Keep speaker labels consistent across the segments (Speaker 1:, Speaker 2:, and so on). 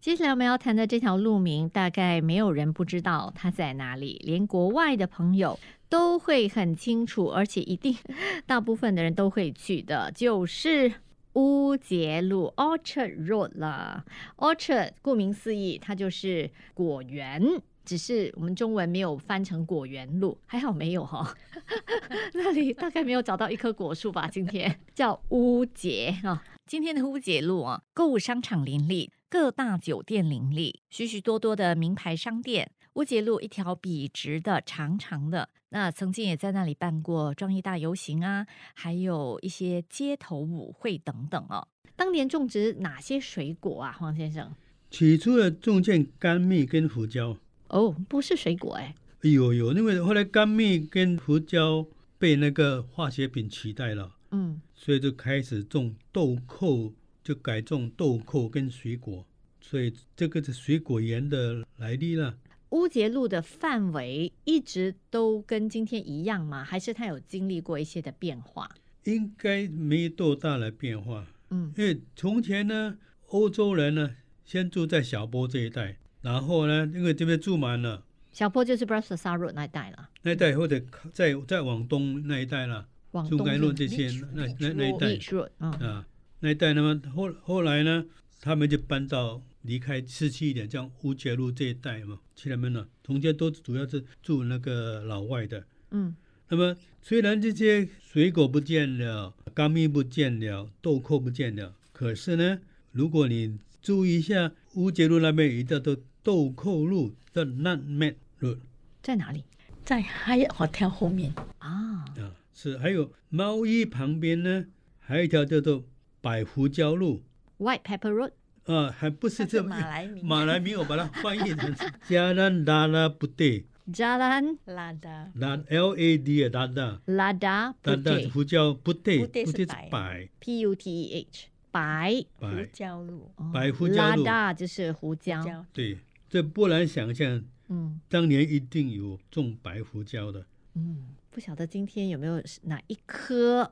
Speaker 1: 接下来我们要谈的这条路名，大概没有人不知道它在哪里，连国外的朋友都会很清楚，而且一定 大部分的人都会去的，就是。乌节路 （Orchard Road） 啦，Orchard 顾名思义，它就是果园，只是我们中文没有翻成果园路，还好没有哈、 那里大概没有找到一棵果树吧。今天叫乌节啊、今天的乌节路啊，购物商场林立，各大酒店林立，许许多多的名牌商店。乌节路一条笔直的、长长的，那曾经也在那里办过壮义大游行啊，还有一些街头舞会等等哦。当年种植哪些水果啊，黄先生？
Speaker 2: 起初的种见甘蜜跟胡椒，
Speaker 1: 哦，不是水果哎、
Speaker 2: 有有，因为后来甘蜜跟胡椒被那个化学品取代了，
Speaker 1: 嗯，
Speaker 2: 所以就开始种豆蔻，就改种豆蔻跟水果，所以这个是水果园的来历了。
Speaker 1: 乌节路的范围一直都跟今天一样吗？还是它有经历过一些的变化？
Speaker 2: 应该没多大的变化，
Speaker 1: 嗯
Speaker 2: 因为从前呢，欧洲人呢先住在小波这一带，然后呢，因为这边住满了。
Speaker 1: 小坡就是 b r a s s a r o 那一带了，
Speaker 2: 那一带或者靠再再往东那一带啦，
Speaker 1: 往
Speaker 2: 中
Speaker 1: 东
Speaker 2: 该
Speaker 1: 是
Speaker 2: 路这些那那那一带
Speaker 1: Beach Road，嗯，
Speaker 2: 啊，那一带那么后后来呢，他们就搬到离开市区一点，像乌节路这一带嘛，去他们了。从前都主要是住那个老外的。
Speaker 1: 嗯
Speaker 2: 那么虽然这些水果不见了，甘蜜不见了，豆蔻不见了，可是呢，如果你注意一下乌节路那边有一条叫豆蔻路叫 Nutmeg Road
Speaker 1: 在哪里
Speaker 3: 在 Hyatt Hotel 后面，
Speaker 1: 啊？
Speaker 2: 啊，是还有猫一旁边呢，还有一条叫做百胡椒路
Speaker 1: White Pepper Road，
Speaker 2: 啊，还不是
Speaker 3: 它
Speaker 2: 这
Speaker 3: 是马来名
Speaker 2: 马来名，我把它翻译成加兰达拉不对，
Speaker 1: Jalan
Speaker 3: 拉的，
Speaker 2: 兰 L A D 啊，达达
Speaker 1: Lada
Speaker 2: 达达
Speaker 1: Puteh
Speaker 2: 胡椒不对，
Speaker 3: 不对
Speaker 2: 不
Speaker 3: 是
Speaker 2: 对是
Speaker 3: 白
Speaker 2: 百
Speaker 1: P U T E H 白
Speaker 3: 胡
Speaker 2: 百
Speaker 3: 椒哦露，
Speaker 1: 哦
Speaker 2: 白胡椒露
Speaker 1: Lada 就是胡椒，
Speaker 3: 椒
Speaker 2: 对，这不难想象，
Speaker 1: 嗯
Speaker 2: 当年一定有种白胡椒的。
Speaker 1: 嗯，不晓得今天有没有哪一棵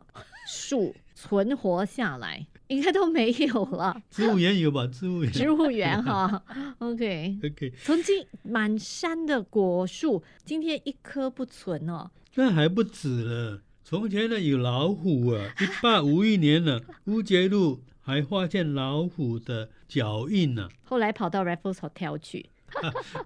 Speaker 1: 树存活下来，应该都没有了。
Speaker 2: 植物园有吧？植物园。
Speaker 1: 植物园 哈，OK，
Speaker 2: OK，
Speaker 1: 曾经满山的果树，今天一棵不存哦。
Speaker 2: 那还不止了。从前呢有老虎啊， 一八五一年呢，乌节路还发现老虎的脚印呢、
Speaker 1: 后来跑到 Raffles Hotel 去，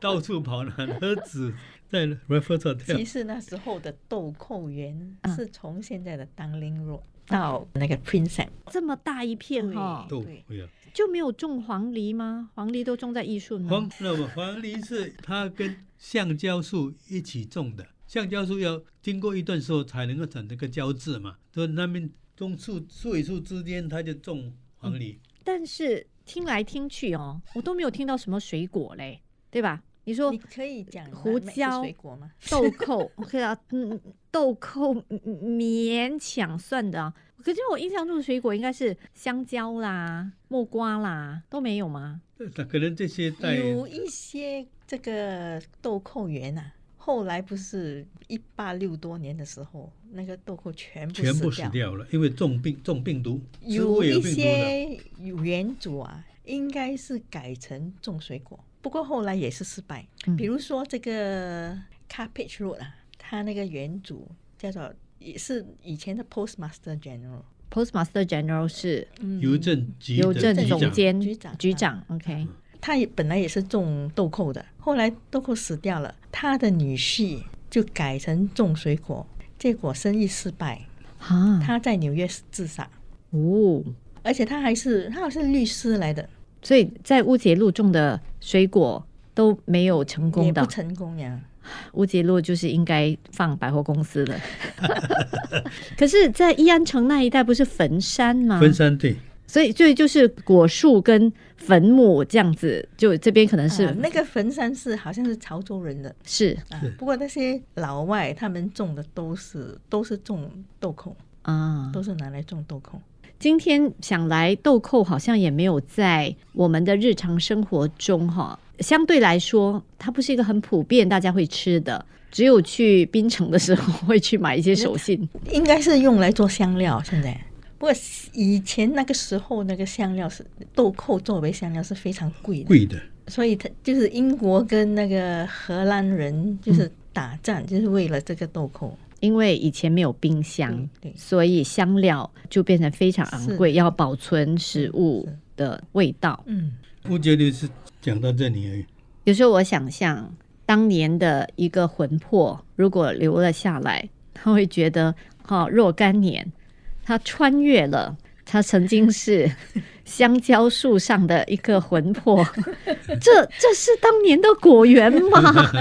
Speaker 2: 到处跑哪儿子在 Raffles
Speaker 3: 其
Speaker 2: Hotel
Speaker 3: 实那时候的豆蔻园
Speaker 1: 嗯
Speaker 3: 是从现在的 Darling Road 到那个 Princess，
Speaker 1: 这么大一片哈、
Speaker 3: 对
Speaker 2: 斗会啊。
Speaker 1: 就没有种黄梨吗？黄梨都种在艺术呢。
Speaker 2: 黄那么黄梨是它跟橡胶树一起种的，橡胶树要经过一段时候才能够长那个胶质嘛，所以那边种树树与树之间，它就种黄梨。
Speaker 1: 但是听来听去哦，我都没有听到什么水果嘞，对吧？你说
Speaker 3: 你可以讲
Speaker 1: 哦胡
Speaker 3: 蓝莓是
Speaker 1: 椒
Speaker 3: 水果吗？
Speaker 1: 豆蔻，OK 啊，嗯，豆蔻嗯嗯勉强算的啊。可是我印象中的水果应该是香蕉啦、木瓜啦，都没有吗？
Speaker 2: 那可能这些带
Speaker 3: 有一些这个豆蔻园啊，后来不是一八六多年的时候，那个豆蔻全部
Speaker 2: 全部
Speaker 3: 死
Speaker 2: 死掉了，因为中病中病毒，植物
Speaker 3: 有
Speaker 2: 也有
Speaker 3: 一
Speaker 2: 病毒的。
Speaker 3: 些园主啊，应该是改成种水果，不过后来也是失败。
Speaker 1: 嗯
Speaker 3: 比如说这个 Carpage Road 啊，他那个园主叫做也是以前的 Postmaster General，
Speaker 1: Postmaster General 是
Speaker 3: 嗯
Speaker 2: 邮政局的
Speaker 1: 邮政
Speaker 2: 局
Speaker 1: 总
Speaker 2: 长
Speaker 1: 监、
Speaker 3: 局长嗯
Speaker 1: 局长，OK，
Speaker 3: 他也本来也是种豆蔻的，后来豆蔻死掉了，他的女婿就改成种水果，结果生意失败，
Speaker 1: 啊，
Speaker 3: 他在纽约自杀，
Speaker 1: 哦，
Speaker 3: 而且他还是他好像是律师来的，
Speaker 1: 所以在乌节路种的水果都没有成功
Speaker 3: 也不
Speaker 1: 的，
Speaker 3: 成功呀。
Speaker 1: 乌节路就是应该放百货公司的。 可是，在义安城那一带不是坟山吗？
Speaker 2: 分三队，
Speaker 1: 所以所以就是果树跟坟墓这样子，就这边可能是、
Speaker 3: 啊那个坟山是好像是潮州人的
Speaker 1: 是
Speaker 3: 啊
Speaker 2: 是，
Speaker 3: 不过那些老外他们种的都是都是种豆蔻，
Speaker 1: 啊。
Speaker 3: 都是拿来种豆蔻。
Speaker 1: 今天想来豆蔻好像也没有在我们的日常生活中哈，相对来说它不是一个很普遍大家会吃的，只有去槟城的时候会去买一些手信。
Speaker 3: 应该是用来做香料，现在不过以前那个时候那个香料是豆蔻作为香料是非常贵的，
Speaker 2: 贵的，
Speaker 3: 所以他就是英国跟那个荷兰人就是打战，就是为了这个豆蔻。
Speaker 1: 因为以前没有冰箱，
Speaker 3: 对对
Speaker 1: 所以香料就变成非常昂贵，要保存食物
Speaker 3: 是
Speaker 1: 的味道。
Speaker 3: 嗯，
Speaker 2: 我觉得是讲到这里而已。
Speaker 1: 有时候我想象，当年的一个魂魄如果留了下来，他会觉得，哈、若干年，他穿越了，他曾经是香蕉树上的一个魂魄，这这是当年的果园吗？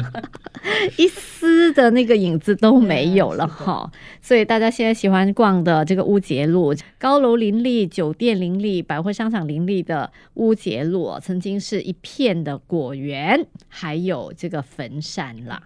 Speaker 1: 一丝的那个影子都没有了
Speaker 3: 嗯 是的
Speaker 1: 哈、所以大家现在喜欢逛的这个乌节路，高楼林立、酒店林立、百货商场林立的乌节路，曾经是一片的果园，还有这个坟山啦。